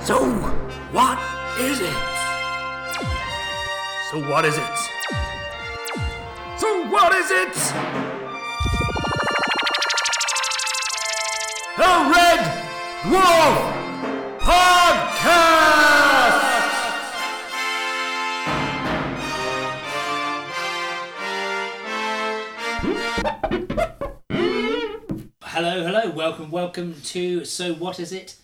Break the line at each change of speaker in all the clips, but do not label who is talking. So, what is it? So, what is it? So, what is it? The Red Dwarf Podcast!
Hello, hello, welcome, welcome to So What Is It?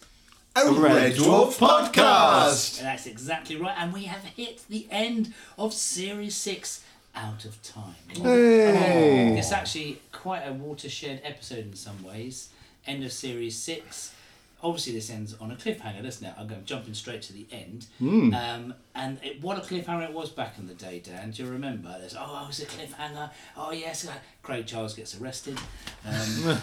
A Red Dwarf podcast.
That's exactly right, and we have hit the end of Series 6 out of time. Oh, It's actually quite a watershed episode in some ways. End of Series 6. Obviously, this ends on a cliffhanger, doesn't it? I'm going jumping straight to the end. Um, and it, what a cliffhanger it was back in the day, Dan. Do you remember? There's, oh, it was a cliffhanger. Oh, yes. uh, Craig Charles gets arrested. Um, uh,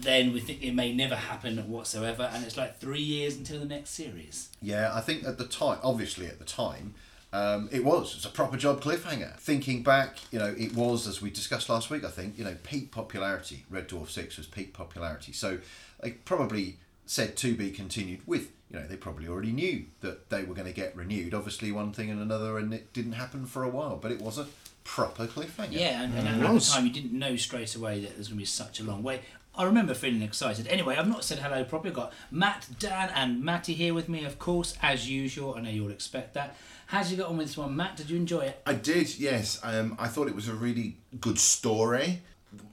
then we think it may never happen whatsoever, and it's like three years until the next series.
Yeah, I think at the time, obviously at the time, um, it was. It's a proper job cliffhanger. Thinking back, you know, it was, as we discussed last week, I think, you know, peak popularity. Red Dwarf 6 was peak popularity. So they probably said to be continued with. You know, they probably already knew that they were going to get renewed. Obviously, one thing and another, and it didn't happen for a while, but it was a proper cliffhanger.
Yeah, and, and at the time you didn't know straight away that there's going to be such a long way. I remember feeling excited. Anyway, I've not said hello properly. I've got Matt, Dan, and Matty here with me, of course, as usual. I know you'll expect that. How'd you get on with this one, Matt? Did you enjoy it?
I did, yes. Um, I thought it was a really good story.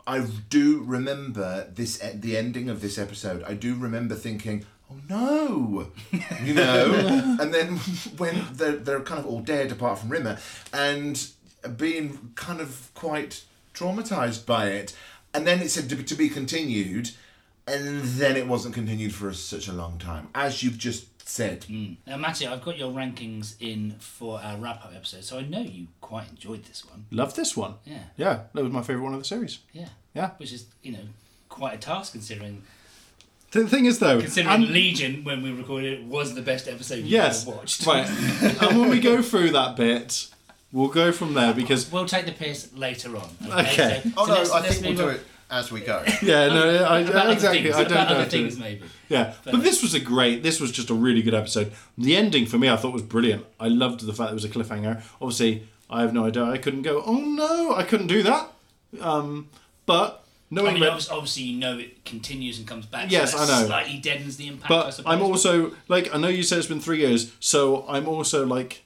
I do remember this e- the ending of this episode. I do remember thinking, "Oh no," you know. and then when they're, they're kind of all dead apart from Rimmer, and being kind of quite traumatized by it, and then it said to be, to be continued, and then it wasn't continued for such a long time, as you've just said.
Now, Matty, I've got your rankings in for our wrap up episode, so I know you quite enjoyed this one.
Love this one.
Yeah,
Yeah, that was my favourite one of the series.
yeah.
Yeah.
Which is, you know, quite a task considering
The thing is, though,
considering Legion, when we recorded it, was the best episode we've
yes,
ever watched.
right. and when we go through that bit, we'll go from there because
We'll take the piss later on.
Okay.
So-
Oh
so
no,
let's-
I
let's
think we'll
move
do
on.
it as we go.
yeah, no, I,
About other
exactly.
things,
I don't
about
know.
other
if it-
things maybe.
Yeah, but this was a great. This was just a really good episode. The ending for me, I thought was brilliant. I loved the fact it was a cliffhanger. Obviously, I have no idea. I couldn't go. Oh no, I couldn't do that. Um, but
I
knowing
mean,
that,
obvi- obviously you know it continues and comes back.
Yes,
so that
I know.
Slightly deadens the impact. I
but
suppose,
I'm also like I know you said it's been three years, so I'm also like.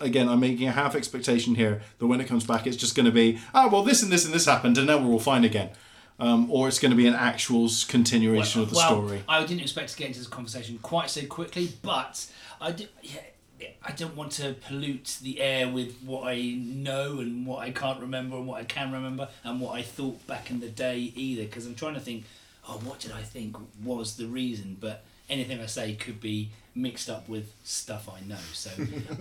Again, I'm making a half expectation here that when it comes back, it's just going to be, ah, well, this and this and this happened, and now we're all fine again. Um, or it's going to be an actual s- continuation of the
well,
story.
I didn't expect to get into this conversation quite so quickly, but I do, yeah, I don't want to pollute the air with what I know and what I can't remember and what I can remember and what I thought back in the day either. Because I'm trying to think, oh, what did I think was the reason? But anything I say could be mixed up with stuff I know. So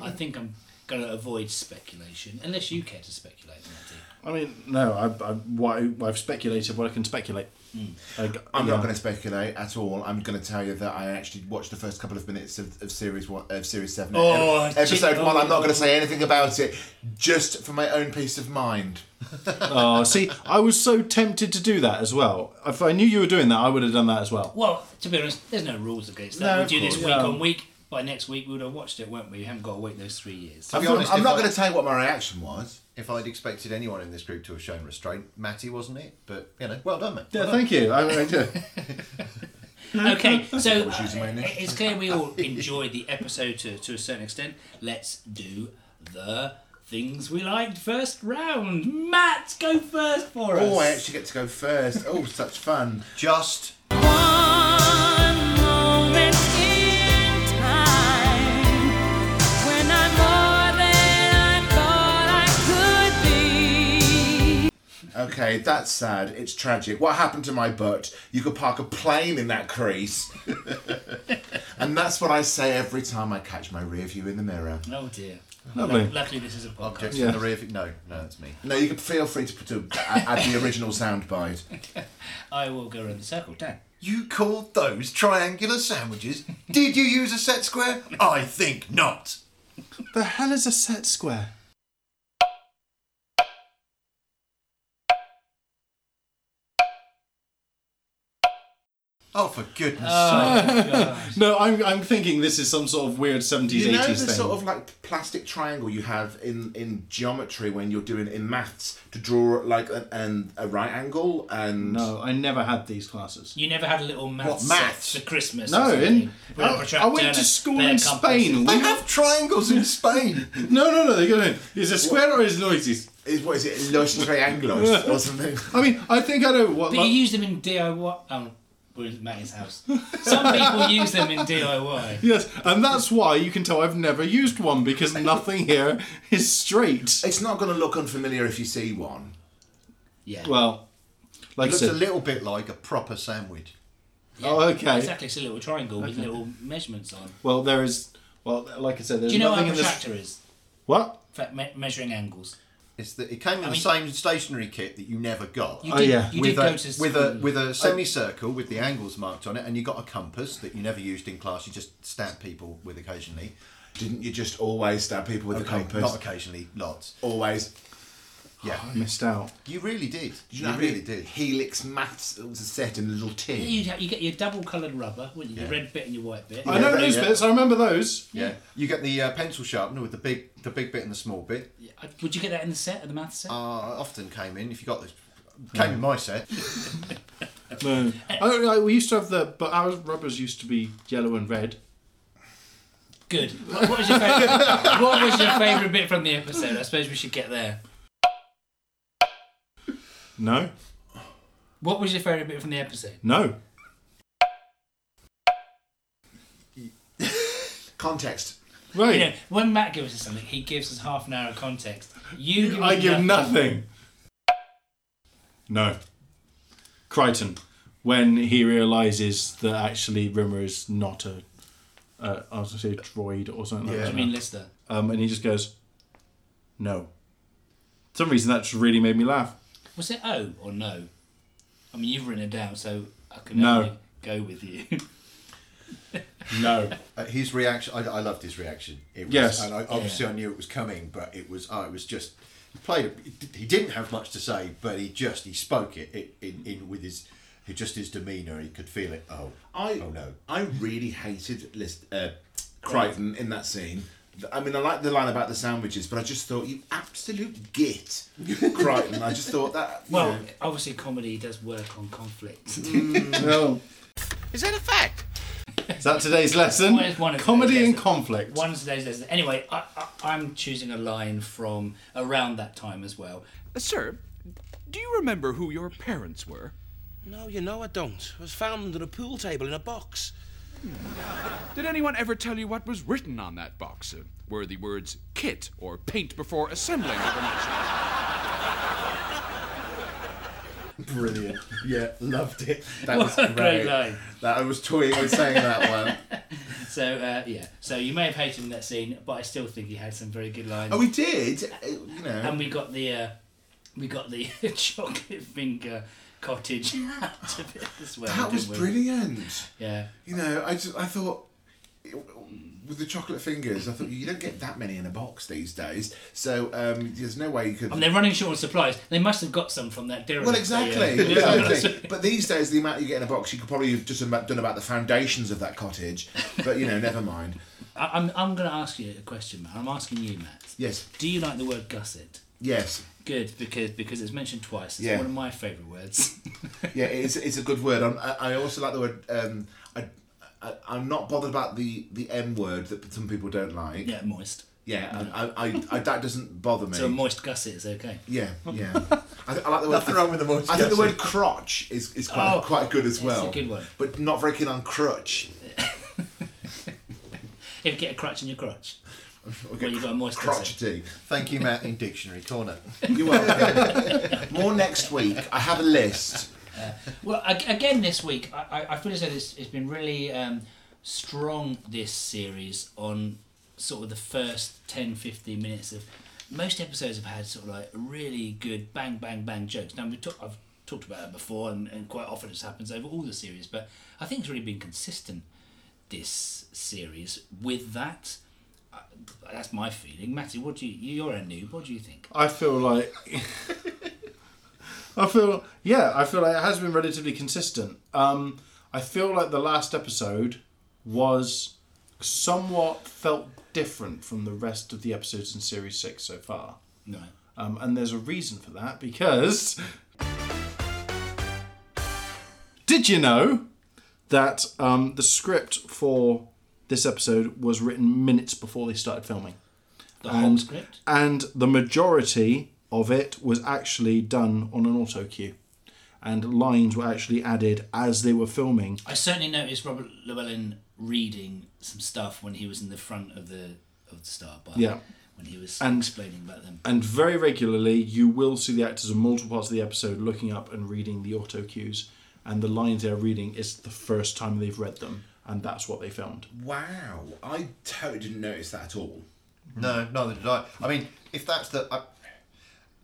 I think I'm going to avoid speculation, unless you care to speculate, Matty.
I mean, no, I, I, why, I've speculated what I can speculate.
Hmm.
Like,
I'm
yeah.
not going to speculate at all. I'm going to tell you that I actually watched the first couple of minutes of, of series one, of series seven,
Oh,
ep- episode
gee-
one. I'm not going
oh.
to say anything about it, just for my own peace of mind.
Oh, see, I was so tempted to do that as well. If I knew you were doing that, I would have done that as well.
Well, to be honest, there's no rules against that.
No,
we'll
of
do this
course.
week
Yeah.
on week. By next week, we would have watched it, won't we? We haven't got to wait those three years.
To be
thought-
honest,
if
I'm not
I-
going to tell you what my reaction was.
If I'd expected anyone in this group to have shown restraint, Matty wasn't it. But you know, well done, mate.
Yeah, thank you. I, I do.
Okay, so
was using my
uh,
initials.
it's clear we all enjoyed the episode to, to a certain extent. Let's do the things we liked first round. Matt, go first for us.
Oh, I actually get to go first. Oh, such fun.
Just
Okay, that's sad. It's tragic. What happened to my butt? You could park a plane in that crease. and that's what I say every time I catch my rear view in the mirror.
Oh dear.
Lovely.
Lu- Luckily, this is a podcast.
objects
Yeah.
in the rear. view- No, no, that's me.
No, you can feel free to, to add the original soundbite.
I will go around the circle. Dan.
You called those triangular sandwiches? Did you use a set square? I think not.
the hell is a set square?
Oh, for goodness
Uh,
Oh,
No, I'm, I'm thinking this is some sort of weird 70s,
you know
80s
the
thing.
sort of like plastic triangle you have in in geometry when you're doing in maths to draw like an, an a right angle and
No, I never had these classes.
You never had a little maths,
What, maths?
set for Christmas?
No,
or something?
in,
With a
I, I
protractor
went
and
to
a
school
spare
in
compass.
Spain.
They
We-
have triangles in Spain.
no, no, no, they go in. Is it square or is it noises?
is what is it los trianglos or something.
I mean, I think I know what.
But you use them in DIY. Oh, we're in Matt's house. Some people use them in DIY.
Yes, and that's why you can tell I've never used one because nothing here is straight.
It's not going to look unfamiliar if you see one.
Yeah.
Well, like I
looks a
said,
little bit like a proper sandwich.
yeah.
oh, okay.
Exactly, it's a little triangle with little measurements on.
well, there is. Well, like I said, there's
Do you know what
nothing
a
in this.
protractor is?
What?
Fa- me- measuring angles.
It's that it came in the
mean-
same stationery kit that you never got.
You
Oh,
did,
yeah.
You
with
did
a,
go to
with a
school.
with a semicircle with the angles marked on it, and you got a compass that you never used in class. You just stab people with occasionally.
Didn't you just always stab people with a
Okay,
compass?
not occasionally, lots.
always.
Yeah,
Oh, I missed out.
you really did. You,
You know,
really did.
Helix maths. It was a set in a little tin.
You'd have, you get your double coloured rubber, wouldn't you? Your
Yeah.
red bit and your white bit.
I know
Yeah,
those
yeah.
bits. I remember those.
Yeah, you get the uh, pencil sharpener with the big the big bit and the small bit.
I- Uh, Would you get that in the set, at the maths set?
Uh, often came in if you got this. Came in my set.
Uh,
No, I don't know. We used to have the, but our rubbers used to be yellow and red.
Good. What what was your favourite? what was your favourite bit from the episode? I suppose we should get there.
No,
What was your favourite bit from the episode?
no.
Context.
Right.
You know, when Matt gives us something, he gives us half an hour of context. You give
I
us
give nothing. No. Crichton, when he realizes that actually Rimmer is not a, uh, I was gonna say droid or something
Yeah.
I
like
mean,
that.
Lister.
Um, and he just goes, no. For some reason that's really made me laugh.
Was it O or no? I mean, you've written it down, so I can
No.
only go with you.
No.
Uh, his reaction, I, I loved his reaction. It was,
Yes.
And I, obviously, I knew it was coming, but it was, oh, it was just, he played, it- he didn't have much to say, but he just, he spoke it, it in, in with his, he- just his demeanour. He could feel it. Oh,
I
oh no.
I really hated List uh, Crichton in that scene. I mean, I like the line about the sandwiches, but I just thought you absolute git, Crichton. I just thought that. you
Well,
know.
obviously, comedy does work on conflict.
no.
Is that a fact?
Is that today's lesson?
Well, it's one of
Comedy
today's
and
lesson.
conflict.
One of today's lessons. Anyway, I, I, I'm choosing a line from around that time as well.
Sir, do you remember who your parents were?
No, you know I don't. I was found under a pool table in a box.
Did anyone ever tell you what was written on that box? Uh, were the words kit or paint before assembling ever mentioned?
Brilliant. Yeah, loved it. That
What
was
a
great.
great line.
That I was toying with saying that one.
So uh, yeah, so you may have hated that scene, but I still think he had some very good lines.
Oh, we did. uh, You know.
and we got the uh, we got the chocolate finger cottage out of it as well.
that was
didn't we?
brilliant.
Yeah.
You know, I just I thought with the chocolate fingers, I thought you don't get that many in a box these days. So um, there's no way you could.
I mean, they're running short on supplies. They must have got some from that dairy.
Well,
that
exactly,
they, uh,
exactly. But these days, the amount you get in a box, you could probably have just about done about the foundations of that cottage. But you know, never mind.
I, I'm, I'm going to ask you a question, Matt. I'm asking you, Matt.
Yes,
Do you like the word gusset?
yes,
Good, because because it's mentioned twice. It's
Yeah.
one of my favourite words.
yeah. It's it's a good word. I'm, I I also like the word. Um, I, I I'm not bothered about the the M word that some people don't like.
yeah, moist.
Yeah, I, I, I, I that doesn't bother me.
So a moist gusset is okay.
yeah, yeah. I, th- I like the word.
Nothing wrong with the moist
I think the
gusset.
word crotch is, is quite
Oh,
quite good as
it's a
well.
good one.
But not very keen on crutch.
If you get a crutch in your crotch,
Okay,
well, you've got a moist gusset.
crotchety.
Thank you, Matt, in Dictionary Corner.
You are. More next week. I have a list.
Well, ag- again this week, I, I, I feel as though this has been really um, strong this series on sort of the first 10, 15 minutes of most episodes have had sort of like really good bang, bang, bang jokes. Now we talk, I've talked about that before, and, and quite often this happens over all the series, but I think it's really been consistent this series with that. Uh, That's my feeling, Matty. What do you? You're a noob. What do you think?
I feel like I feel yeah, I feel like it has been relatively consistent. Um, I feel like the last episode was somewhat felt different from the rest of the episodes in series six so far.
No.
Um, and there's a reason for that because. Did you know that um, the script for this episode was written minutes before they started filming?
The whole
and,
script.
and the majority of it was actually done on an auto cue. And lines were actually added as they were filming.
I certainly noticed Robert Llewellyn reading some stuff when he was in the front of the of the star bar.
Yeah.
When he was
And-
explaining about them.
And very regularly, you will see the actors in multiple parts of the episode looking up and reading the auto cues. And the lines they're reading is the first time they've read them. And that's what they filmed.
Wow, I totally didn't notice that at all.
No, neither did I. I mean, if that's the. I,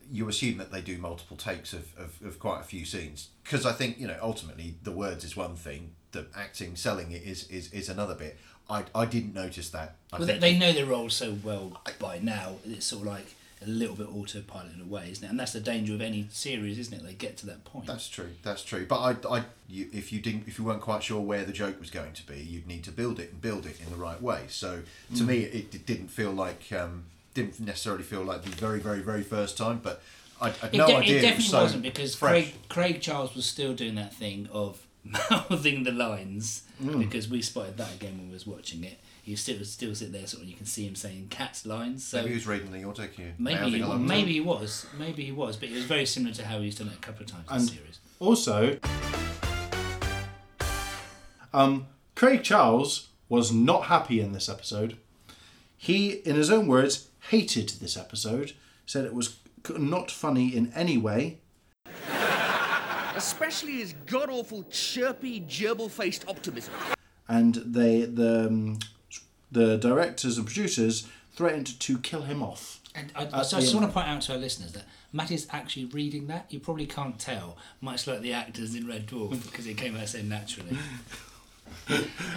you assume that they do multiple takes of, of, of quite a few scenes. Because I think, you know, ultimately the words is one thing, the acting, selling it is, is, is another bit. I, I didn't notice that. I
Well, they,
think-
they know their role so well by now. It's sort of like a little bit autopilot in a way, isn't it? And that's the danger of any series, isn't it? They get to that point.
That's true. That's true. But I, I, you, if you didn't, if you weren't quite sure where the joke was going to be, you'd need to build it and build it in the right way. So to me,
Mm.
it, it didn't feel like, um, didn't necessarily feel like the very, very, very first time. But I, I had
it,
no
de-
idea.
it
was
definitely
so
wasn't because
fresh.
Craig, Craig Charles was still doing that thing of mouthing the lines
Mm.
because we spotted that again when we was watching it. He still still sit there, sort of. You can see him saying cat's lines. So
Maybe he was reading the auto cue.
Maybe
Mouthing
he,
along.
maybe he was, maybe he was, but it was very similar to how he's done it a couple of times in the series.
Also, um, Craig Charles was not happy in this episode. He, in his own words, hated this episode, said it was c- not funny in any way.
Especially his god awful chirpy, gerbil faced optimism.
and they the um, the directors and producers threatened to kill him off.
And I, so I just want to point out to our listeners that Matt is actually reading that. You probably can't tell, much like the actors in Red Dwarf, because it came out so naturally.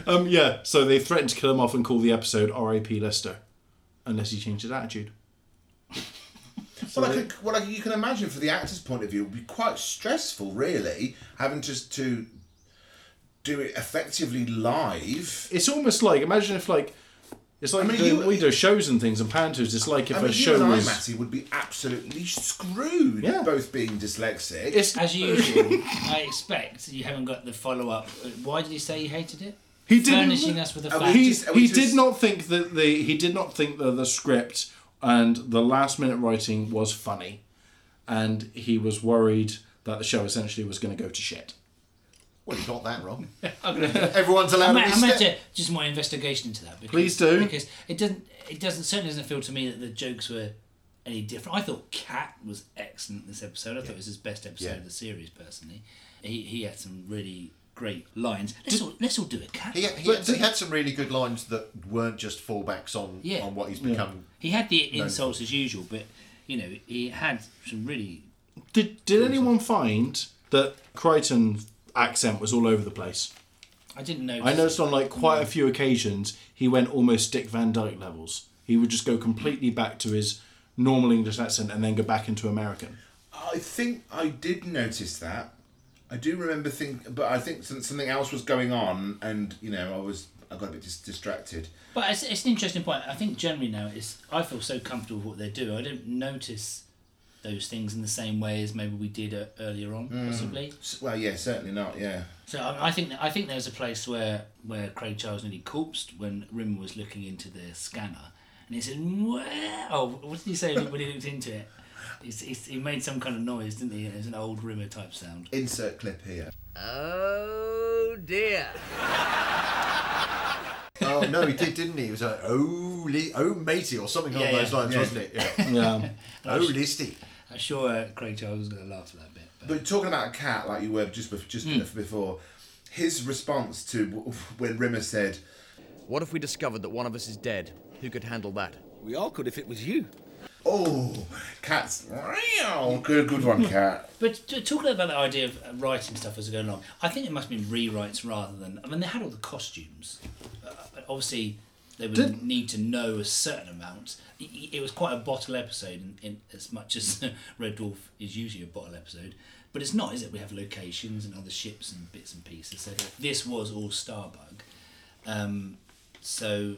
Um, yeah, so they threatened to kill him off and call the episode "R.A.P. Lester," unless he changed his attitude.
well, I could, well, I, you can imagine for the actor's point of view, it would be quite stressful, really, having just to do it effectively live.
It's almost like imagine if like it's like
I mean,
doing-
you-
we do shows and things and pantos. It's like if
I mean,
a
you and
show
I,
was.
Matty, would be absolutely screwed,
Yeah.
both being dyslexic.
It's,
As usual, I expect you haven't got the follow up. Why did he say he hated it?
he didn't.
Furnishing us with a
we
fact.
he,
just-
he
just-
did not think that the he did not think that the script and the last minute writing was funny, and he was worried that the show essentially was going to go to shit.
Well, you got that wrong.
I'm gonna-
Everyone's allowed
I
to
meant, I
be
meant
step-
to just my investigation into that. Because,
Please do.
because it doesn't. It doesn't certainly doesn't feel to me that the jokes were any different. I thought Cat was excellent this episode. I thought it was his best episode
Yeah.
of the series personally. He he had some really great lines. Let's all let's all do it, Cat.
He, he, had, he had some really good lines that weren't just fallbacks on
Yeah.
on what he's become.
He had the insults as usual, but you know he had some really.
Did did anyone find that Crichton's accent was all over the place?
I didn't know.
I noticed on like quite a few occasions he went almost Dick Van Dyke levels. He would just go completely back to his normal English accent and then go back into American.
I think I did notice that. I do remember thinking, but I think some- something else was going on, and you know, I was I got a bit dis- distracted.
But it's, it's an interesting point. I think generally now it's I feel so comfortable with what they do. I don't notice those things in the same way as maybe we did uh, earlier on,
Mm.
possibly.
S- Well, yeah, certainly not. Yeah,
So I, I think I think there's a place where where Craig Charles nearly corpsed when Rim was looking into the scanner, and he said, "Wow!" Oh, what did he say when he looked into it? He's, he's, he made some kind of noise, didn't he? It was an old Rimmer type sound.
insert clip here.
Oh dear.
Oh no, he did, didn't he? He was like, oh, li- oh, matey, or something along
Yeah,
those
yeah.
lines, wasn't it? Yeah.
Yeah.
oh, listy.
I'm sure uh, Craig Charles was going to laugh at that bit. But.
But talking about a cat, like you were just bef- just before, his response to w- when Rimmer said,
What if we discovered that one of us is dead? Who could handle that?
We all could if it was you.
"Oh, cats, meow." "Oh, good, good one, cat."
But t- talking about the idea of uh, writing stuff as it going along, I think it must have been rewrites rather than. I mean, they had all the costumes. Uh, but obviously, they would
Did-
need to know a certain amount. I- I- It was quite a bottle episode, in, in as much as Red Dwarf is usually a bottle episode. But it's not, is it? We have locations and other ships and bits and pieces. So this was all Starbug. Um, so,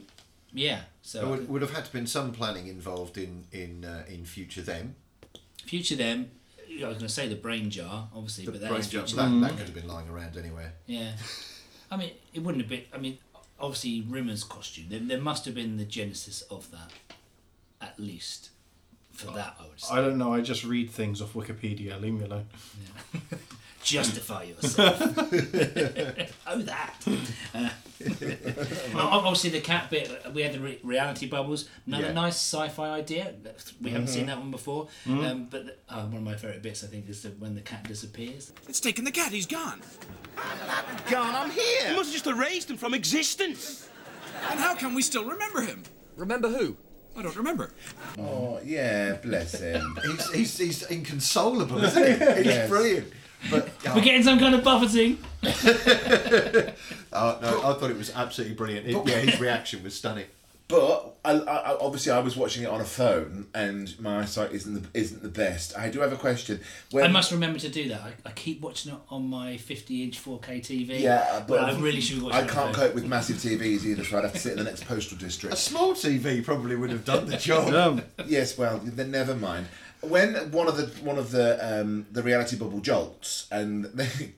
yeah. So
There would, would have had to been some planning involved in in uh, in future them.
future them. I was going to say the brain jar, obviously, but that
Brain
is
jar,
future
but
them.
that, that could have been lying around anywhere.
Yeah. I mean, it wouldn't have been. I mean, obviously, Rimmer's costume. There, there must have been the genesis of that, at least, for that. I would say.
I don't know. I just read things off Wikipedia. Leave me alone.
Justify yourself. oh, that. Uh, ob- obviously, the cat bit. We had the re- reality bubbles. Another
Yeah.
nice sci-fi idea. We haven't seen that one before. Um, but the, uh, one of my favourite bits, I think, is the, when the cat disappears.
It's taken the cat, he's gone.
Gone, I'm
You
here.
must have just erased him from existence.
And how can we still remember him?
Remember who?
I don't remember.
Oh, yeah, bless him.
He's, he's, he's inconsolable, isn't he? It's
Yes.
brilliant. But oh,
We're getting some kind of buffeting.
oh, no, I thought it was absolutely brilliant. It- yeah, his reaction was stunning.
But I, I, I- obviously, I was watching it on a phone, and my eyesight isn't the, isn't the best. I do have a question. When,
I must remember to do that. I, I keep watching it on my 50-inch 4K TV.
Yeah, but
I really should watch
I
it.
can't cope with massive TVs either, so I'd have to sit in the next postal district.
A small TV probably would have done the job.
Um,
Yes, well, then never mind. When one of the one of the um, the reality bubble jolts, and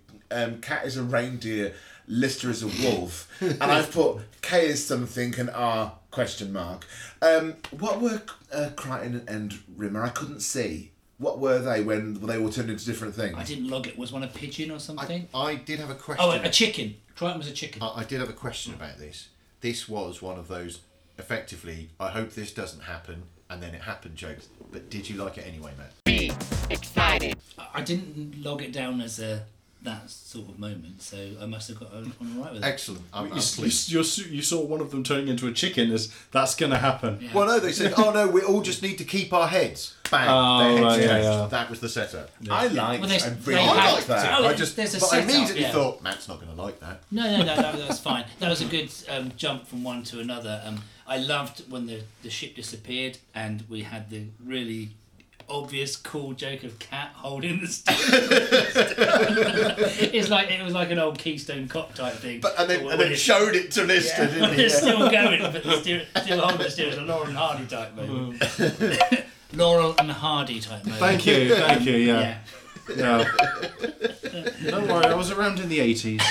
um, cat is a reindeer, Lister is a wolf, and I've put K is something and R question mark. Um, what were uh, Crichton and Rimmer? I couldn't see. What were they when they were turned into different things?
I didn't log it. Was one a pigeon or
I,
something?
I did have a question.
oh, a, a chicken. Triton was a chicken.
I, I did have a question about this. This was one of those effectively. I hope this doesn't happen, and then it happened jokes. But did you like it anyway, Matt?
I, I didn't log it down as a that sort of moment, so I must have got on, on all right with it.
Excellent. I'm,
you,
I'm
you,
pleased.
you, you saw one of them turning into a chicken. As that's going to happen.
Well, no, they said, "Oh no, we all just need to keep our heads." Bang!
Oh,
their heads
right, yeah,
changed.
yeah.
That was the setup.
I liked.
Well, they-
I
they
really
had-
liked that.
Oh,
I just,
there's a
but
setup,
I immediately
yeah.
thought Matt's not going to like that.
No, no, no, that, that's fine. That was a good um, jump from one to another. Um, I loved when the, the ship disappeared and we had the really obvious cool joke of cat holding the steering. wheel. it's like it was like an old Keystone Cop type thing.
But and then,
When
and then
it's-
showed it to Lister,
when
didn't he?
it's still going, but the steer, still holding the steering, it's a Laurel and Hardy type moment.
Mm.
Laurel and Hardy type moment.
Thank you. Thank you. Yeah.
Yeah.
No. Don't worry, I was around in the 80s.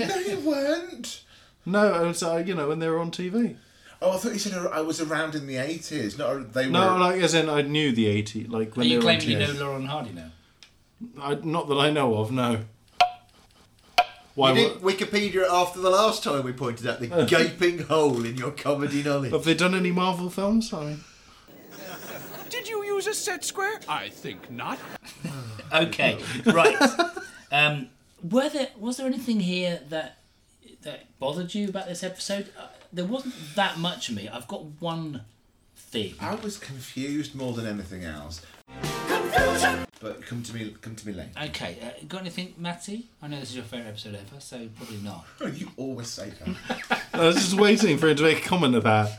No, you weren't.
No, it's, uh, you know, when they were on TV.
Oh, I thought you said I was around in the eighties. Not they were.
No, like, as in I knew the 80s. Like,
Are
when
you
they were on
claiming you know
TV.
Laurel and Hardy now?
I, not that I know of, no. Why
You did
would.
Wikipedia after the last time we pointed out the gaping hole in your comedy knowledge.
Have they done any Marvel films? I mean,
Did you use a set square? I think not.
Okay, right. Um, were there was there anything here that that bothered you about this episode? Uh, there wasn't that much of me. I've got one thing.
I was confused more than anything else. But come to me, come to me later.
Okay, uh, got anything, Matty? I know this is your favourite episode ever, so probably not.
You always say that.
I was just waiting for him to make a comment of that.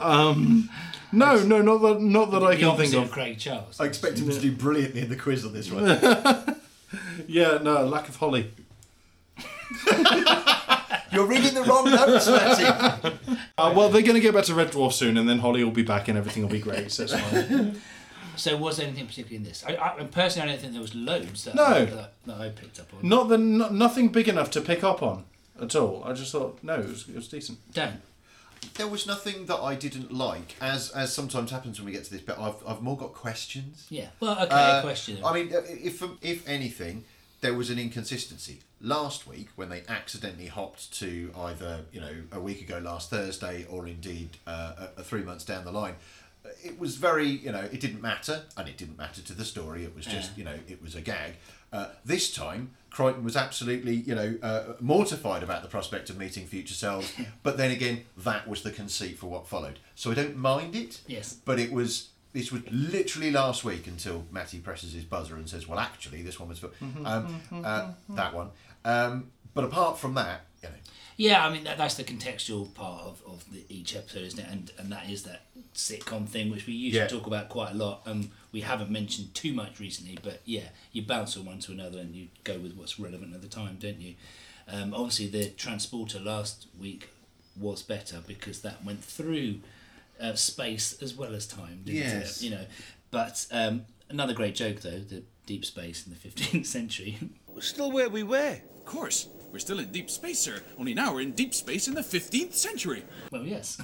Um, no, no, not that, not that I
the
can think
opposite of
of.
Craig Charles.
I expect him to do brilliantly in the quiz on this one.
Yeah, no, lack of Holly.
You're reading the wrong notes, Matty.
Uh, well, they're going to get back to Red Dwarf soon, and then Holly will be back, and everything will be great. So it's fine.
So was there anything particularly in this? I, I personally, I don't think there was loads that,
No.
I, that, that I picked up on.
not the no, nothing big enough to pick up on at all. I just thought no, it was, it was decent.
Don't.
There was nothing that I didn't like, as as sometimes happens when we get to this bit. I've, I've more got questions.
Yeah. Well, okay.
Uh,
question.
I mean, if if anything, there was an inconsistency last week when they accidentally hopped to either you know a week ago last Thursday or indeed uh, a, a three months down the line. It was very you know it didn't matter and it didn't matter to the story. It was just you know it was a gag. Uh, this time. Crichton was absolutely, you know, uh, mortified about the prospect of meeting future selves, but then again, that was the conceit for what followed. So I don't mind it.
Yes.
But it was this was literally last week until Matty presses his buzzer and says, "Well, actually, this one was for um, uh, that one." Um, but apart from that, you know.
Yeah, I mean that, that's the contextual part of, of the, each episode, isn't it? And and that is that sitcom thing which we usually
Yeah.
talk about quite a lot, and we haven't mentioned too much recently. But yeah, you bounce from one to another, and you go with what's relevant at the time, don't you? Um, obviously, the transporter last week was better because that went through uh, space as well as time, didn't
Yes.
it? You know, but um, another great joke though, the deep space in the fifteenth century.
We're still where we were.
Of course. We're still in deep space, sir. Only now we're in deep space in the 15th century.
well, yes.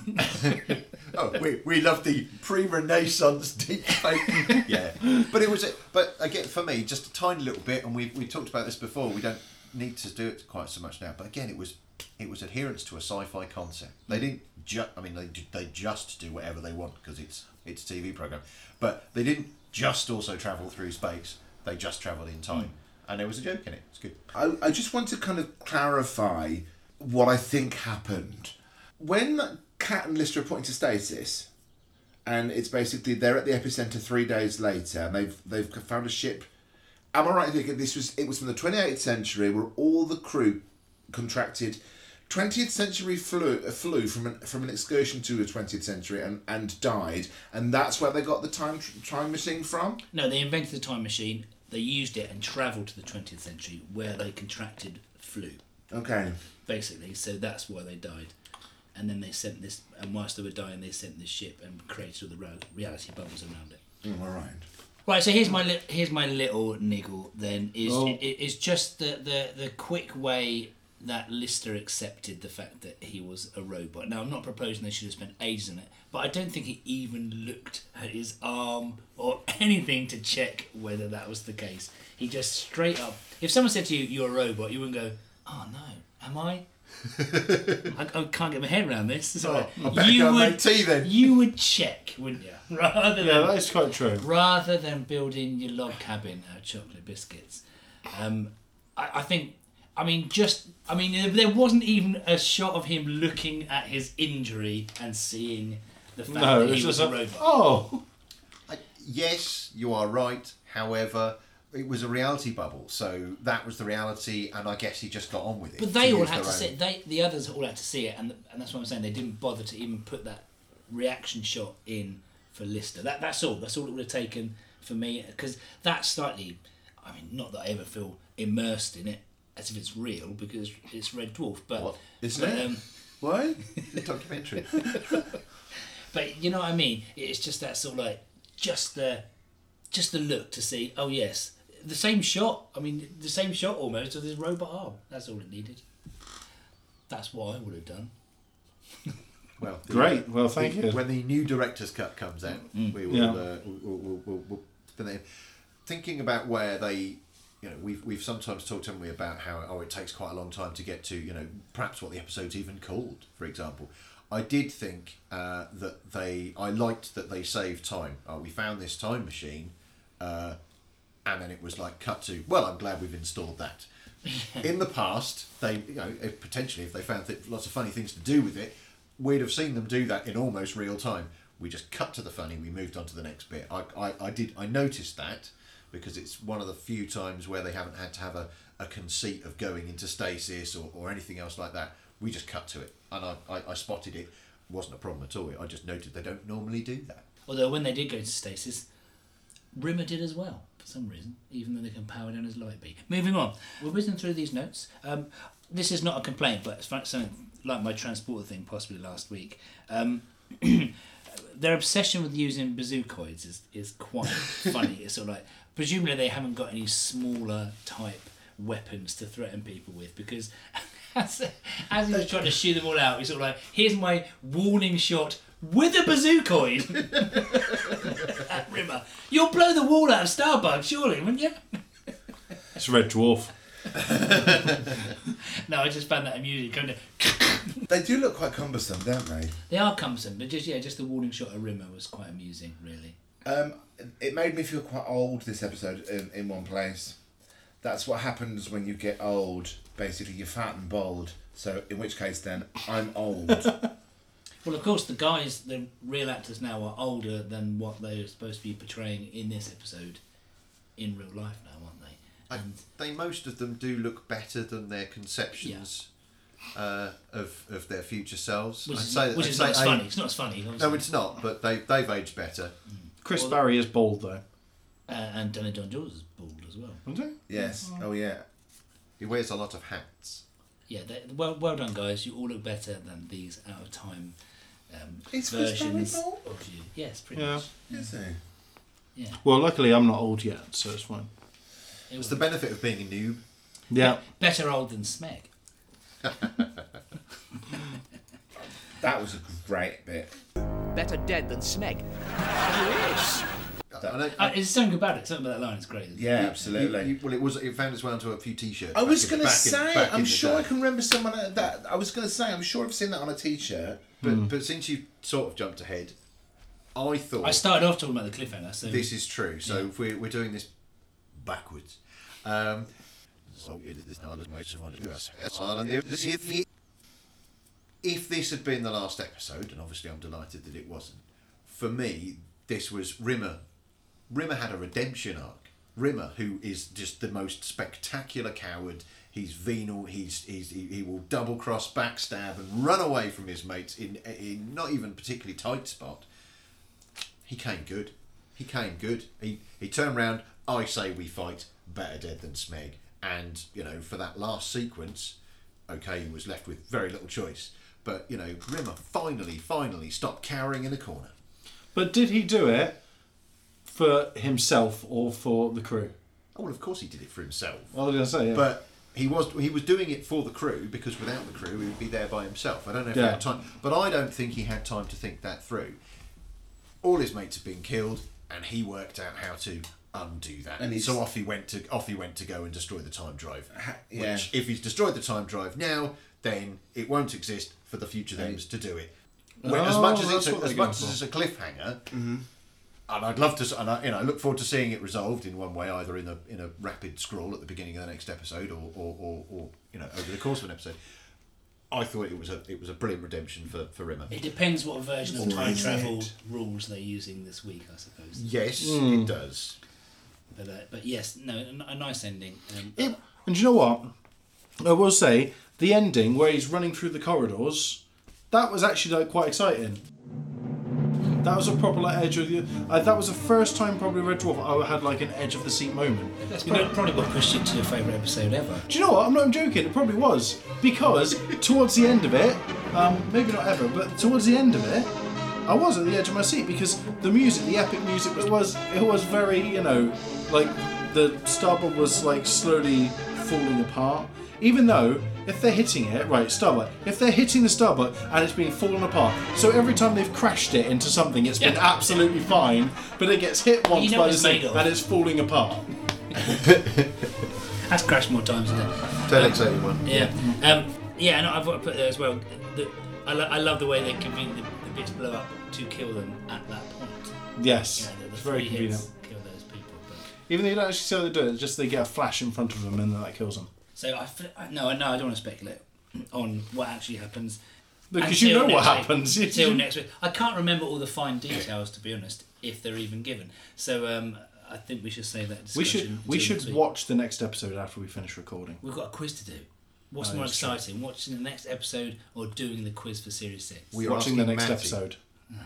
Oh, we, we love the pre-Renaissance deep fake. yeah, but it was. A, but again, for me, just a tiny little bit, and we we talked about this before. We don't need to do it quite so much now. But again, it was it was adherence to a sci-fi concept. They didn't. Ju- I mean, they ju- they just do whatever they want because it's it's a TV program. But they didn't just also travel through space. They just travelled in time, and there was a joke in it. It's good.
I, I just want to kind of clarify what I think happened. When Cat and Lister are put into stasis, and it's basically they're at the epicenter three days later, and they've they've found a ship. Am I right in thinking this was it was from the twenty eighth century, where all the crew contracted. 20th century flew, flew from an, from an excursion to the 20th century and, and died and that's where they got the time tr- time machine from
No, they invented the time machine, they used it and travelled to the 20th century where they contracted flu,
okay
basically. So that's why they died. And then they sent this, and whilst they were dying, they sent this ship and created all the rea- reality bubbles around it.
Mm, all right
Right, so here's my li- here's my little niggle. Then is
Oh.
i- i- is just the, the the quick way that Lister accepted the fact that he was a robot. Now I'm not proposing they should have spent ages on it, but I don't think he even looked at his arm or anything to check whether that was the case. He just straight up. If someone said to you, "You're a robot," you wouldn't go, "Oh no, am I?" I, I can't get my head around this. It's all right.
Oh, I better
you
go and
would
make tea then.
you would check, wouldn't you? Rather
Yeah,
than
that is quite true.
rather than building your log cabin out of chocolate biscuits. Um, I, I think, I mean, just, I mean, there- there wasn't even a shot of him looking at his injury and seeing the fact
No,
that
it's
he was
just
a
a,
robot.
oh,
I, Uh, yes, you are right. However, it was a reality bubble, so that was the reality, and I guess he just got on with it.
But they all
use
had
their
to
own-
see it. They, the others all had to see it, and and that's what I'm saying. They didn't bother to even put that reaction shot in for Lister. That that's all. That's all it would have taken for me because that's slightly. I mean, not that I ever feel immersed in it as if it's real because it's Red Dwarf, but
What? Isn't
but,
it?
Um,
what
The documentary.
but you know what I mean. It's just that sort of like just the just the look to see. Oh yes, the same shot. I mean, the same shot almost of this robot arm. That's all it needed. That's what I would have done.
well, the-
great. Well, thank you.
When the new director's cut comes out, we will
Yeah.
uh, we'll, we'll, we'll, we'll put that in. thinking about where they. You know, we've, we've sometimes talked, haven't we, about how oh it takes quite a long time to get to you know perhaps what the episode's even called, for example. I did think uh, that they I liked that they saved time. Oh, we found this time machine, uh, and then it was like cut to. Well, I'm glad we've installed that. in the past, they you know if, potentially if they found th- lots of funny things to do with it, we'd have seen them do that in almost real time. We just cut to the funny. We moved on to the next bit. I, I, I did I noticed that because it's one of the few times where they haven't had to have a, a conceit of going into stasis or, or anything else like that. We just cut to it, and I, I, I spotted it. wasn't a problem at all. I just noted they don't normally do that.
Although when they did go to stasis, Rimmer did as well for some reason, even though they can power down as light be. Moving on, we're whizzing through these notes. Um, this is not a complaint, but it's fa- something like my transporter thing possibly last week. Um, their obsession with using bazookoids is, is quite funny. It's sort of like presumably they haven't got any smaller type weapons to threaten people with because as, as he was trying to shoot them all out, he's sort of like, here's my warning shot with a bazookoid. At Rimmer. You'll blow the wall out of Starbucks, surely, wouldn't you?
It's Red Dwarf.
No, I just found that amusing. Kind of,
they do look quite cumbersome don't they
they are cumbersome, but just yeah, just the warning shot of Rimmer was quite amusing, really.
Um, it made me feel quite old this episode in, in one place. That's what happens when you get old. Basically, you're fat and bald. So, in which case, then I'm old.
Well, of course, the guys, the real actors now, are older than what they're supposed to be portraying in this episode, in real life now, aren't they?
And they most of them do look better than their conceptions uh, of of their future selves.
Which
I'd
is,
say-
which
I'd
is
say
not as
A-
funny. It's not as funny.
No,
obviously.
it's not. But they they've aged better.
Chris Barry is bald though.
Uh, and Danny John Jules is bald as well.
Isn't he?
Yes.
Mm-hmm.
Oh yeah.
He wears a lot of hats.
Yeah, they, well, well done, guys. You all look better than these out of time um,
Is Chris Barry
versions
bald?
of you. Yes, pretty
Yeah.
much.
Is he?
Well, luckily I'm not old yet, so it's fine.
It
It's
was
the benefit of being a noob.
Yeah.
better old than Smeg.
That was a great bit.
Better dead than Smeg.
I know-
Uh, it's something about it. Something about that line is great. isn't it?
Yeah,
you-
absolutely.
you- well, it was. It found its way onto a few t-shirts.
I
back
was
in-
gonna
back in-
say,
back in
I'm
the
sure I
day.
can remember someone at that. I was gonna say, I'm sure I've seen that on a T-shirt.
But but since you sort of jumped ahead, I thought
I started off talking about the cliffhanger, so
this is true. So if we're we're doing this backwards. Um, if this had been the last episode, and obviously I'm delighted that it wasn't, for me, this was Rimmer. Rimmer had a redemption arc. Rimmer, who is just the most spectacular coward. He's venal. He's, he's he, he will double cross, backstab, and run away from his mates in in not even particularly tight spot. He came good. He came good. He he turned round. I say we fight better dead than Smeg. And you know, for that last sequence, okay, he was left with very little choice. But you know, Grimmer finally, finally stopped cowering in a corner.
But did he do it for himself or for the crew?
Oh, well, of course he did it for himself.
I was gonna say, yeah.
But he was he was doing it for the crew because without the crew he would be there by himself. I don't know if he
Yeah.
had time, but I don't think he had time to think that through. All his mates had been killed, and he worked out how to undo that.
And he's-
so off he went to off he went to go and destroy the time drive.
yeah.
Which, if he's destroyed the time drive now, then it won't exist for the future thems to do it. Well, as
Oh,
much as
that's
it's a,
what they're
as much
going
as
for. Mm-hmm.
it's a cliffhanger, and I'd love to, s- and I, you know, I look forward to seeing it resolved in one way, either in a in a rapid scroll at the beginning of the next episode, or or, or, or you know, over the course of an episode. I thought it was a it was a brilliant redemption for for Rimmer.
it depends what version of
Or
time
is
travel
it?
rules they're using this week, I suppose.
Yes, it does.
But, uh, but yes, no, a, n- a nice ending. Um,
It- and do you know what? I will say the ending where he's running through the corridors, that was actually like quite exciting. That was a proper like edge of the. Uh, that was the first time probably Red Dwarf I had like an edge of the seat moment.
that's probably, probably what pushed it to your favourite episode ever.
Do you know what? I'm not even joking. It probably was because towards the end of it, um, maybe not ever, but towards the end of it, I was at the edge of my seat because the music, the epic music, was was it was very you know like the starboard was like slowly falling apart. Even though if they're hitting it right, starboard, if they're hitting the starboard and it's being fallen apart, so every time they've crashed it into something, it's been
Yeah.
absolutely fine. But it gets hit once
know
by
what
the
it's
thing
made of.
and it's falling apart.
That's crashed more times than that.
Don't say anyone.
Yeah,
Mm-hmm.
um, yeah, and I've got to put there as well. The, I, lo- I love the way they convene the, the bits blow up to kill them at that point. You
Yes,
know, the, the
it's very
three
convenient.
hits kill those people. But
Even though you don't actually see how they do it, it's just they get a flash in front of them and then that kills them.
So I, fl- I no, no, I don't want to speculate on what actually happens.
Because you know
Until
what
next week.
happens.
Until next week, I can't remember all the fine details to be honest, if they're even given. So um, I think we should save that. Discussion
we should we
until
should
next week.
watch the next episode after we finish recording.
We've got a quiz to do.
Oh,
What's more exciting, watching the next episode or doing the quiz for series six?
We are
watching the
asking
next
Matty.
episode.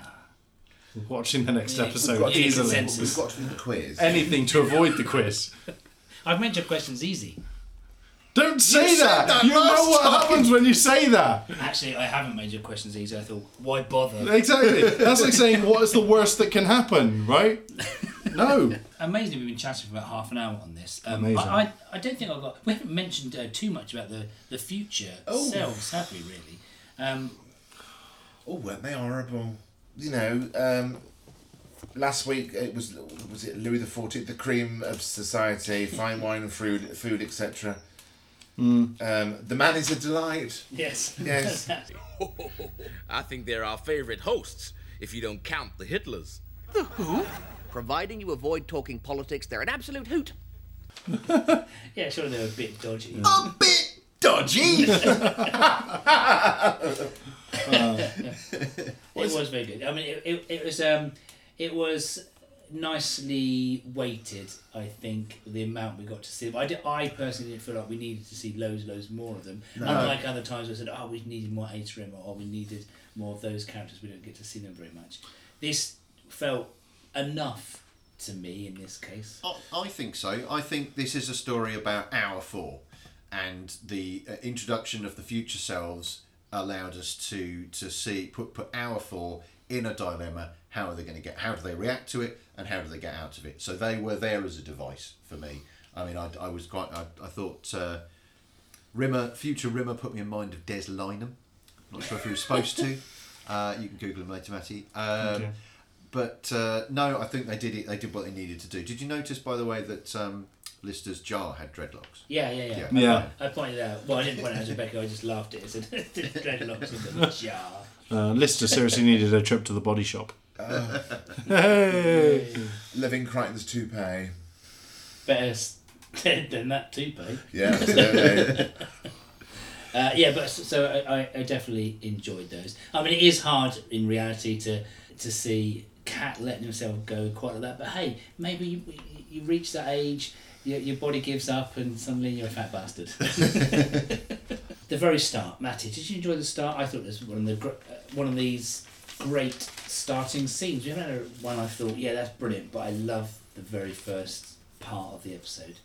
Watching the next
Yeah, we've
episode
got the
easily.
consensus.
We've got to do the quiz.
Anything to avoid the quiz.
I've made your questions easy.
Don't say
said
that.
that
You know
last
what
time.
happens when you say that.
Actually, I haven't made your questions easy. I thought, why bother?
Exactly. That's like saying what is the worst that can happen, right? No.
Amazing, we've been chatting for about half an hour on this. Um,
Amazing.
I, I, I don't think I've got. We haven't mentioned uh, too much about the the future selves, have we? Really? Um,
Oh, weren't they horrible? You know, um, last week it was was it Louis the Fourteenth, the cream of society, fine wine and food, food etc. Um, the man is a delight.
yes.
Yes,
I think they're our favorite hosts, if you don't count the Hitlers.
Providing you avoid talking politics, they're an absolute hoot.
Yeah, sure they're a bit dodgy.
a bit dodgy.
it was very good. I mean, it, it, it was um, it was nicely weighted, I think, the amount we got to see. But I, did, I personally didn't feel like we needed to see loads, loads more of them. Unlike other times where I said, oh, we needed more Atrium or oh, we needed more of those characters, we don't get to see them very much. This felt enough to me in this case.
I, I think so. I think this is a story about Hour Four, and the uh, introduction of the future selves allowed us to to see put put Hour Four in a dilemma. How are they going to get? How do they react to it? And how do they get out of it? So they were there as a device for me. I mean, I, I was quite. I, I thought uh, Rimmer, future Rimmer, put me in mind of Des Lynam. Not sure if he was supposed to. Uh, you can Google him later, Matty. Um,
Okay.
But uh, no, I think they did it. They did what they needed to do. Did you notice, by the way, that um, Lister's jar had dreadlocks?
Yeah, yeah, yeah.
Yeah.
Yeah.
I, I pointed out. Well, I didn't point it out to Becca. I just laughed at it. and said, "Dreadlocks in the jar."
Uh, Lister seriously needed a trip to the body shop. hey!
Living Crichton's toupee.
Better s- than that toupee.
Yeah, absolutely.
Uh, yeah, but s- so I, I- I definitely enjoyed those. I mean, it is hard in reality to to see Cat letting himself go quite like that. But hey, maybe you, you reach that age, your, your body gives up, and suddenly you're a fat bastard. the very start, Matty. Did you enjoy the start? I thought it was one of the gr- uh, one of these great starting scenes. We haven't had a- one I thought, yeah, that's brilliant. But I love the very first part of the episode.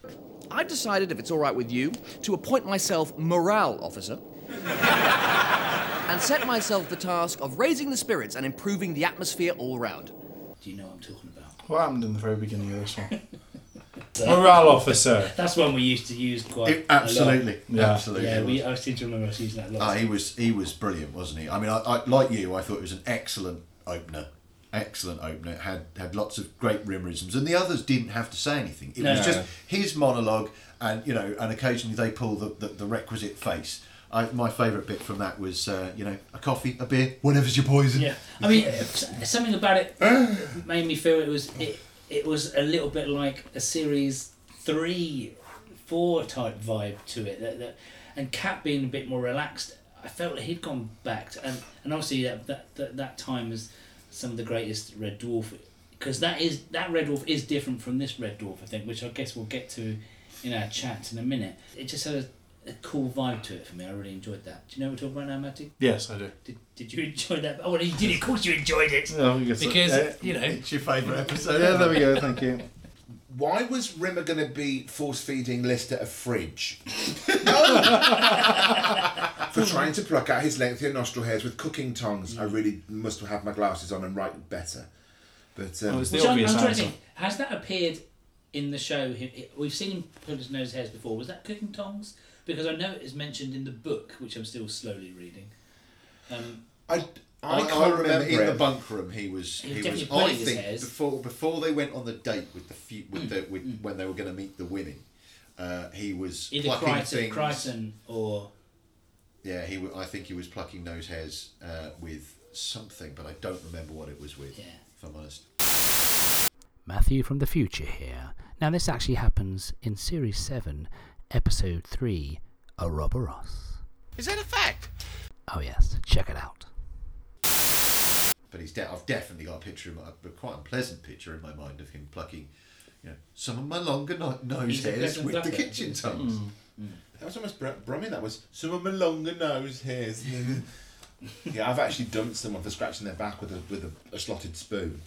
I've decided, if it's all right with you, to appoint myself morale officer and set myself the task of raising the spirits and improving the atmosphere all round.
Do you know what I'm talking about?
What happened in the very beginning of this one? Morale officer.
That's one we used to use quite
It-
a lot.
absolutely,
Yeah.
absolutely.
Yeah, we, I seem to remember us using that a
Ah,
lot.
he was he was brilliant, wasn't he? I mean, I, I like you. I thought it was an excellent opener. Excellent opener. It had had lots of great rimmerisms, and the others didn't have to say anything. It
No.
was just his monologue, and you know, and occasionally they pull the, the, the requisite face. I, my favourite bit from that was, uh, you know, a coffee, a beer, whatever's your poison.
yeah, I mean, s- something about it made me feel it was it, it was a little bit like a series three, four type vibe to it. That, that and Cat being a bit more relaxed, I felt that he'd gone back to, and and obviously that that, that, that time is some of the greatest Red Dwarf because that is that Red Dwarf is different from this Red Dwarf I think, which I guess we'll get to in our chat in a minute. It just had a, a cool vibe to it for me. I really enjoyed that. Do you know what we're talking about now, Matty?
Yes, I do.
Did, did you enjoy that? Oh, well, you did. Of course, you enjoyed it.
Oh, yes,
Because,
uh,
you know,
It's your favourite episode.
yeah, there we go. Thank you.
Why was Rimmer going to be force feeding Lister a fridge? For trying to pluck out his lengthy nostril hairs with cooking tongs, I really must have had my glasses on and write better. But um,
That was the
Which I'm-
obvious
I'm trying to
answer.
think, has that appeared in the show? He- he- We've seen him put his nose hairs before. Was that cooking tongs? Because I know it is mentioned in the book, which I'm still slowly reading. Um,
I,
I,
I,
can't
I
remember, in the
it.
bunk room he was
He was
he, was
definitely
I
pulling his
think
hairs. Mm.
before before they went on the date with the few, with the with, when they were going to meet the women, uh, he was
either
plucking
Crichton,
things.
Crichton or
Yeah, he wa- I think he was plucking nose hairs uh, with something, but I don't remember what it was with.
Yeah.
if I'm honest.
Matthew from the future here. Now, this actually happens in Series 7, Episode 3, Ouroboros.
Is that a fact?
Oh, yes, check it out.
But he's de- I've definitely got a picture, in my, a quite unpleasant picture in my mind of him plucking, you know, some of my longer no- nose
He's a
hairs
pleasant Mm.
with the
plucker.
kitchen tongs.
That was almost Br- Brummy. That was some of my longer nose hairs. yeah, I've actually dumped someone for scratching their back with a with a, a slotted spoon.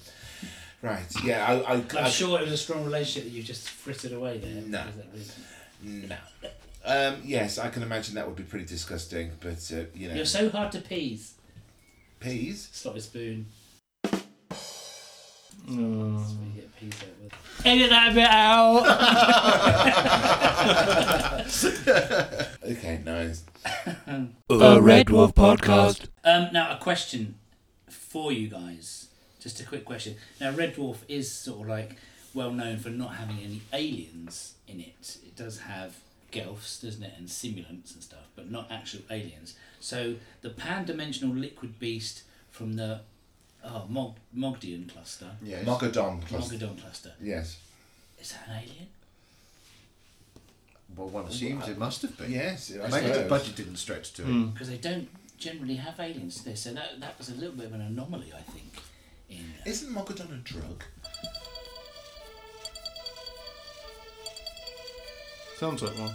Right. Yeah. I. I,
I'm
I-
sure it was a strong relationship that you just frittered away there.
No.
because that reason.
No. Um, yes, I can imagine that would be pretty disgusting, but uh, you know,
You're so hard to please.
peas.
Slot a spoon.
Oh.
That's what you get peas out with. Edit that bit out.
Okay, nice.
The Red Dwarf Podcast.
Um, now, a question for you guys. Just a quick question. Now, Red Dwarf is sort of like well known for not having any aliens in it. It does have Gelfs, doesn't it, and simulants and stuff, but not actual aliens. So, the pan dimensional liquid beast from the oh, Mog- Mogdian cluster,
Yes.
Mogadon plus.
Mogadon cluster,
Yes.
is that an alien?
Well, one assumes it must have been.
Yes. I
Maybe the
suppose.
budget didn't stretch to it.
Because they don't generally have aliens there, so that, that was a little bit of an anomaly, I think. In, uh,
Isn't Mogadon a drug?
Sounds like one.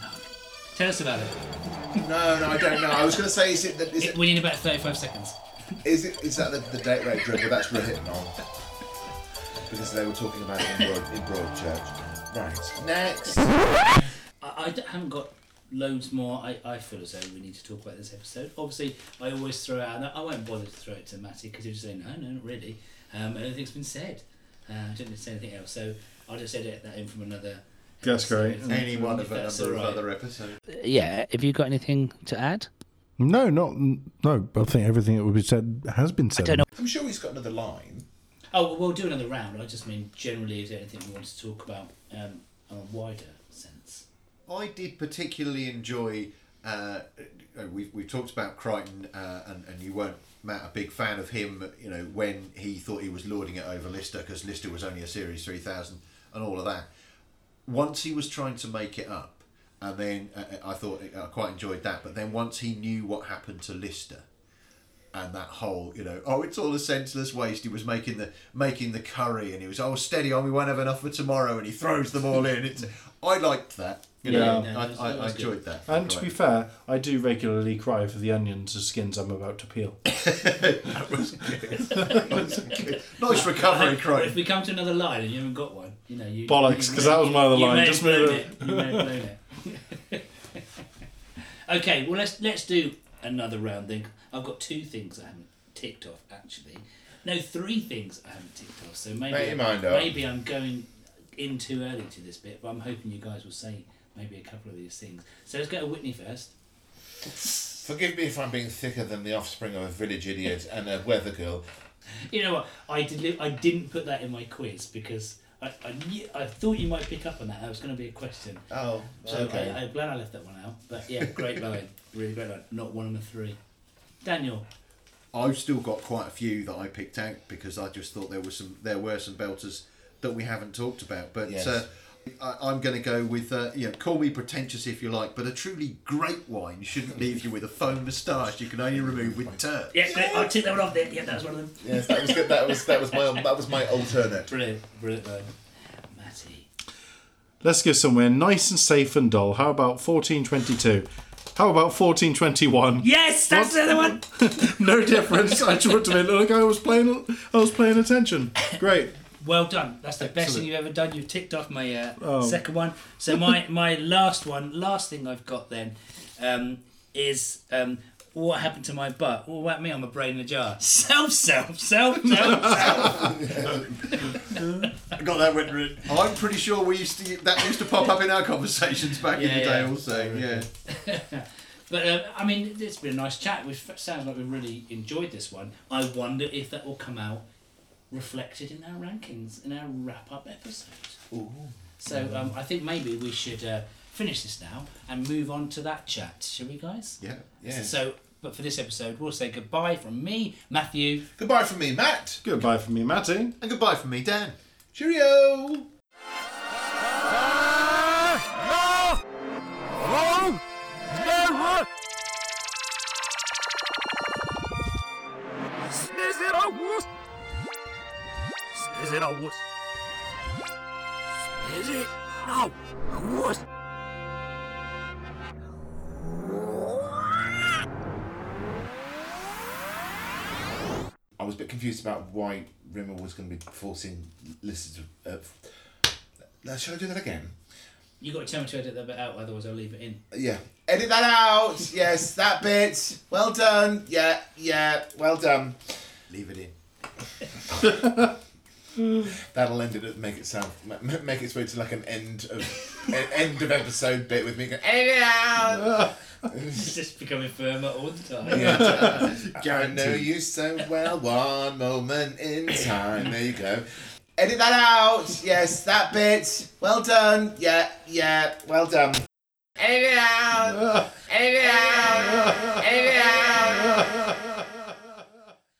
Tell us about it.
No, no, I don't know. I was going to say, is it that is it
We need about 35 seconds.
is it is that the, the date rate dribble? That's written on because they were talking about it in broad, in broad church. Right, next.
I, I d- haven't got loads more. I, I feel as though we need to talk about this episode. Obviously, I always throw out, and I won't bother to throw it to Matty because he'll just say, no, no, not really. Um, everything's been said. Uh, I don't need to say anything else. So I'll just edit that in from another.
That's
episode.
great.
Any one
Mm. If
of a
that's
number of
all right.
other episodes.
Yeah, have you got anything to add?
No, not no. I think everything that would be said has been said.
don't know.
I'm sure he's got another line.
Oh, well, we'll do another round. I just mean generally, is there anything we want to talk about um, on a wider sense?
I did particularly enjoy. Uh, uh, we've, we've talked about Crichton, uh, and, and you weren't Matt a big fan of him. You know when he thought he was lording it over Lister because Lister was only a Series three thousand and all of that. Once he was trying to make it up, and then uh, I thought I quite enjoyed that. But then once he knew what happened to Lister, and that whole you know oh it's all a senseless waste he was making the making the curry and he was oh steady on we won't have enough for tomorrow and he throws them all in it's i liked that you know
Yeah.
i,
Yeah,
I,
that
I
was
enjoyed that
And to be
Right.
fair, I do regularly cry for the onions and skins I'm about to peel.
that was good that was good nice recovery
If
Crichton
we come to another line and you haven't got one, you know, you.
Bollocks,
you-
'cause that was my other
you
line.
May
Just
have blown
move
it. You may have blown it. okay, well let's let's do another round then. I've got two things I haven't ticked off actually. No, three things I haven't ticked off. So maybe
Make your mind up.
maybe I'm going in too early to this bit, but I'm hoping you guys will say maybe a couple of these things. So let's go to Whitney first.
Forgive me if I'm being thicker than the offspring of a village idiot and a weather girl.
You know what? I did. I didn't put that in my quiz because I I, knew, I thought you might pick up on that. That was going to be a question.
Oh,
So I, I'm glad I left that one out. But yeah, great line. Really great line. Not one of the three. Daniel.
i've still got quite a few that i picked out because i just thought there was some there were some belters that we haven't talked about but
Yes.
uh, I, I'm going to go with, uh, you know, call me pretentious if you like, but a truly great wine shouldn't leave you with a foam moustache you can only remove with turp.
Yeah, great. I'll tick that one off there. Yeah, that was one of them.
Yes, that was good. That was that was my that was my alternate.
Brilliant. Brilliant line. Matty.
Let's go somewhere nice and safe and dull. How about 1422? How about 1421?
Yes, that's the other one.
No difference. I tried to make it look like I was playing. I was playing attention. Great.
Well done. That's the best thing
Excellent.
you've ever done. You've ticked off my uh, second one. So my my last one, last thing I've got then, um, is um, what happened to my butt? What about me? I'm a brain in a jar. Self, self, self, self, self.
I got that written written. I'm pretty sure we used to that used to pop up in our conversations back in
Yeah,
the day
yeah.
also. Yeah.
But uh, I mean, it's been a nice chat. Which sounds like we really enjoyed this one. I wonder if that will come out reflected in our rankings in our wrap up episode. So um, I think maybe we should uh, finish this now and move on to that chat, shall we, guys?
Yeah.
Yeah.
So, but for this episode, we'll say goodbye from me, Matthew.
Goodbye from me, Matt.
Goodbye from me, Matty.
And goodbye from me, Dan.
Cheerio. I was a bit confused about why Rimmer was going to be forcing listeners. to- Uh, f- shall I do that again?
you got to tell me to edit that bit out, otherwise I'll leave it in.
Yeah. Edit that out. Yes, that bit. Well done. Yeah, yeah. Well done.
Leave it in.
That'll end it. Make it sound. ma- ma- Make its way to like an end of an end of episode bit with me going. Edit it out.
It's just becoming firmer all the time.
I know you so well. One moment in time. There you go. Edit that out. Yes, that bit. Well done. Yeah, yeah. Well done. Edit it